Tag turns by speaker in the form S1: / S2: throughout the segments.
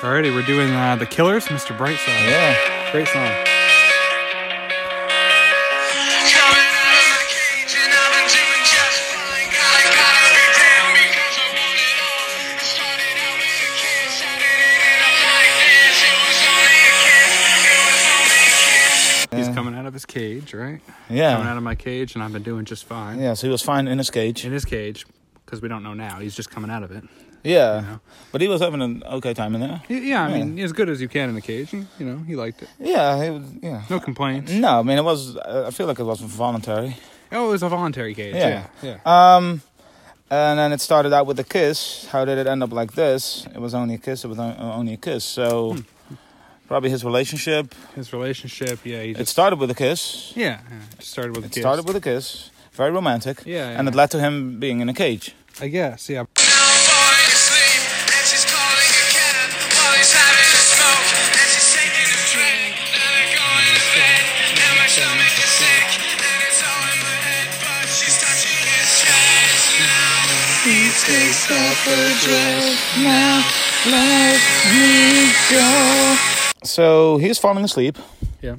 S1: Alrighty, we're doing uh, The Killers, Mr. Brightside.
S2: Yeah.
S1: Great song. He's coming out of his cage, right? Coming out
S2: Yeah.
S1: of my cage, and I've been doing just fine.
S2: Yeah. So he was fine in his cage.
S1: In his cage, because we don't know now. He's just coming out of it.
S2: Yeah. But he was having an okay time in there.
S1: He- Yeah, I mean, as good as you can in the cage. and, You know, he liked it.
S2: Yeah. He was. Yeah.
S1: No complaints.
S2: No, I mean it was. I I feel like it was voluntary.
S1: Oh, it was a voluntary cage. Yeah,
S2: Yeah.
S1: yeah. Uh,
S2: Um, and then it started out with a kiss. How did it end up like this? It was only a kiss. It was on- only a kiss. So probably his relationship.
S1: His relationship. Yeah, he
S2: It
S1: just.
S2: started with a kiss.
S1: yeah, yeah, it just started with a
S2: It
S1: kiss.
S2: started with a kiss. Very romantic.
S1: Yeah, yeah.
S2: And it led to him being in a cage.
S1: I guess. Yeah.
S2: So he's falling asleep.
S1: Yeah.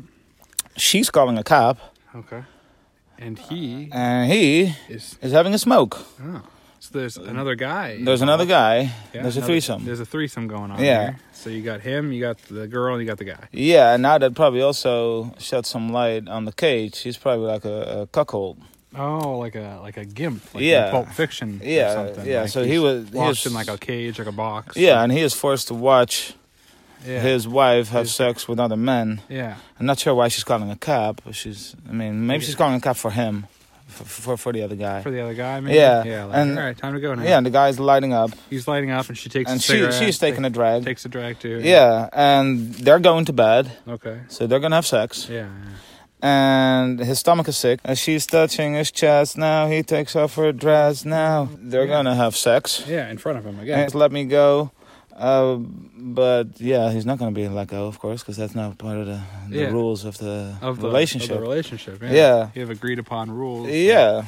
S2: She's calling a cab,
S1: Okay. And he
S2: and he
S1: is.
S2: is having a smoke.
S1: Oh, so there's another guy.
S2: Uh, There's another guy.
S1: Yeah,
S2: there's a
S1: another-
S2: threesome.
S1: There's a threesome going on.
S2: Yeah.
S1: here. So you got him, you got the girl, and you got the guy.
S2: Yeah, and now that probably also shed some light on the cage. He's probably like a, a cuckold.
S1: Oh, like a like a gimp, like
S2: Yeah.
S1: in Pulp Fiction. or
S2: Yeah,
S1: something.
S2: yeah,
S1: Like
S2: so he
S1: he's
S2: was- he
S1: locked
S2: was-
S1: in like a cage, like a box.
S2: Yeah, and he is forced to watch
S1: yeah.
S2: his wife have
S1: His-
S2: sex with other men.
S1: yeah,
S2: I'm not sure why she's calling a cab. but She's, I mean, maybe
S1: Yeah.
S2: she's calling a cab for him, for for, for the other guy.
S1: for the other guy. Maybe?
S2: Yeah,
S1: yeah. Like,
S2: and-
S1: all right, time to go now.
S2: yeah, and the guy's lighting up,
S1: he's lighting up, and she takes.
S2: and
S1: a
S2: she
S1: cigarette,
S2: she's taking a drag.
S1: takes a drag too.
S2: yeah, and they're going to bed,
S1: Okay.
S2: so they're gonna have sex.
S1: Yeah.
S2: And his stomach is sick, and she's touching his chest now. He takes off her dress now. They're
S1: Yeah.
S2: gonna have sex.
S1: yeah, Yeah, in front of him again.
S2: Thanks, let me go. Uh, but yeah, he's not going to be let go, of course, because that's not part of the, the
S1: Yeah.
S2: rules of the,
S1: Of the
S2: relationship.
S1: Of the relationship. Yeah.
S2: Yeah.
S1: You have agreed upon rules.
S2: yeah.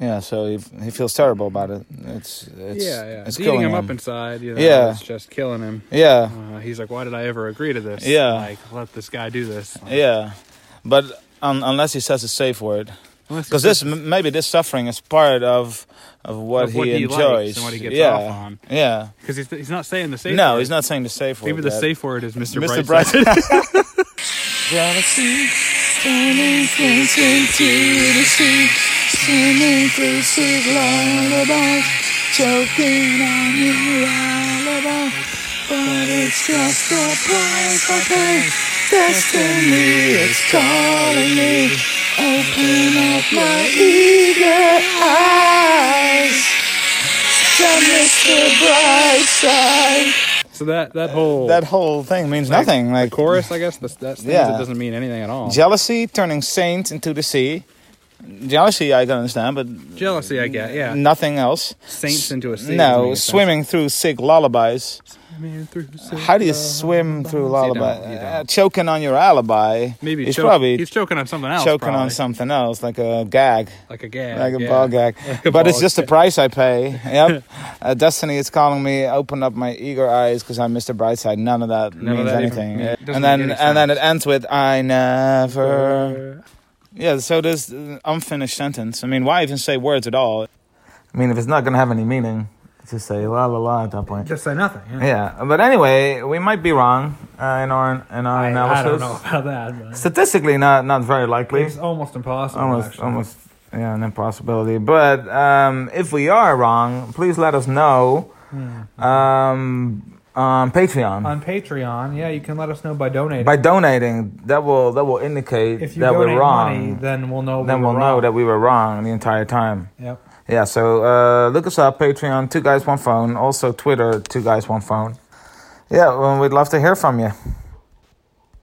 S2: Yeah, so he, he feels terrible about it. It's it's
S1: yeah, yeah.
S2: it's
S1: eating
S2: killing
S1: him,
S2: him.
S1: up inside. You know,
S2: Yeah.
S1: It's just killing him.
S2: yeah,
S1: Uh, he's like, why did I ever agree to this?
S2: Yeah.
S1: Like, let this guy do this. Like,
S2: yeah, but un unless he says a safe word,
S1: unless
S2: because
S1: he's-
S2: this m- maybe this suffering is part of of what,
S1: Of what he likes
S2: enjoys
S1: and what he gets
S2: yeah.
S1: off on.
S2: Yeah,
S1: Because he's, he's not saying the safe
S2: no,
S1: word.
S2: he's not saying the safe word.
S1: Maybe the
S2: yet.
S1: safe word is Mr.
S2: Mr.
S1: Mr.
S2: Bryson.
S1: So that, that whole
S2: that whole thing means nothing. Like
S1: chorus, I guess, that's that
S2: Yeah.
S1: yeah. doesn't mean anything at all.
S2: jealousy turning saint into the sea. Jealousy, I can understand, but
S1: Jealousy, I get, yeah.
S2: nothing else.
S1: Saints into a sea. doesn't
S2: No,
S1: make sense.
S2: swimming through sick lullabies.
S1: Swimming through sea.
S2: How do you swim through
S1: don't,
S2: lullaby?
S1: you don't.
S2: Uh, choking on your alibi.
S1: Maybe
S2: he's
S1: choke-
S2: probably
S1: he's choking on something else.
S2: choking on
S1: probably.
S2: something else, like a gag,
S1: like a gag,
S2: like a
S1: yeah.
S2: ball gag.
S1: a
S2: but it's
S1: ball
S2: just the price I pay. Yep. uh, Destiny is calling me. Open up my eager eyes, because I'm Mr. Brightside. None of that
S1: None of
S2: means
S1: that even
S2: anything.
S1: mean- doesn't
S2: and then
S1: make any
S2: and then it
S1: sense.
S2: ends with I never.
S1: Uh,
S2: Yeah, so there's uh, unfinished sentence. I mean, why even say words at all? I mean, if it's not going to have any meaning, just say la la la at that point.
S1: Just say nothing. Yeah.
S2: Yeah, but anyway, we might be wrong uh, in our in our analysis.
S1: about that. But
S2: Statistically, not not very likely.
S1: almost impossible.
S2: almost almost yeah, an impossibility. But um, if we are wrong, please let us know um, on Patreon.
S1: Hmm. on Patreon. Yeah, you can let us know by donating.
S2: by donating, that will that will indicate
S1: if you
S2: that
S1: donate
S2: we're wrong.
S1: money, then we'll know.
S2: then
S1: we
S2: we'll
S1: were
S2: know
S1: wrong.
S2: that we were wrong the entire time.
S1: Yep.
S2: Yeah, so uh, look us up, Patreon, Two Guys One Phone, also Twitter, Two Guys One Phone. Yeah, well, we'd love to hear from you.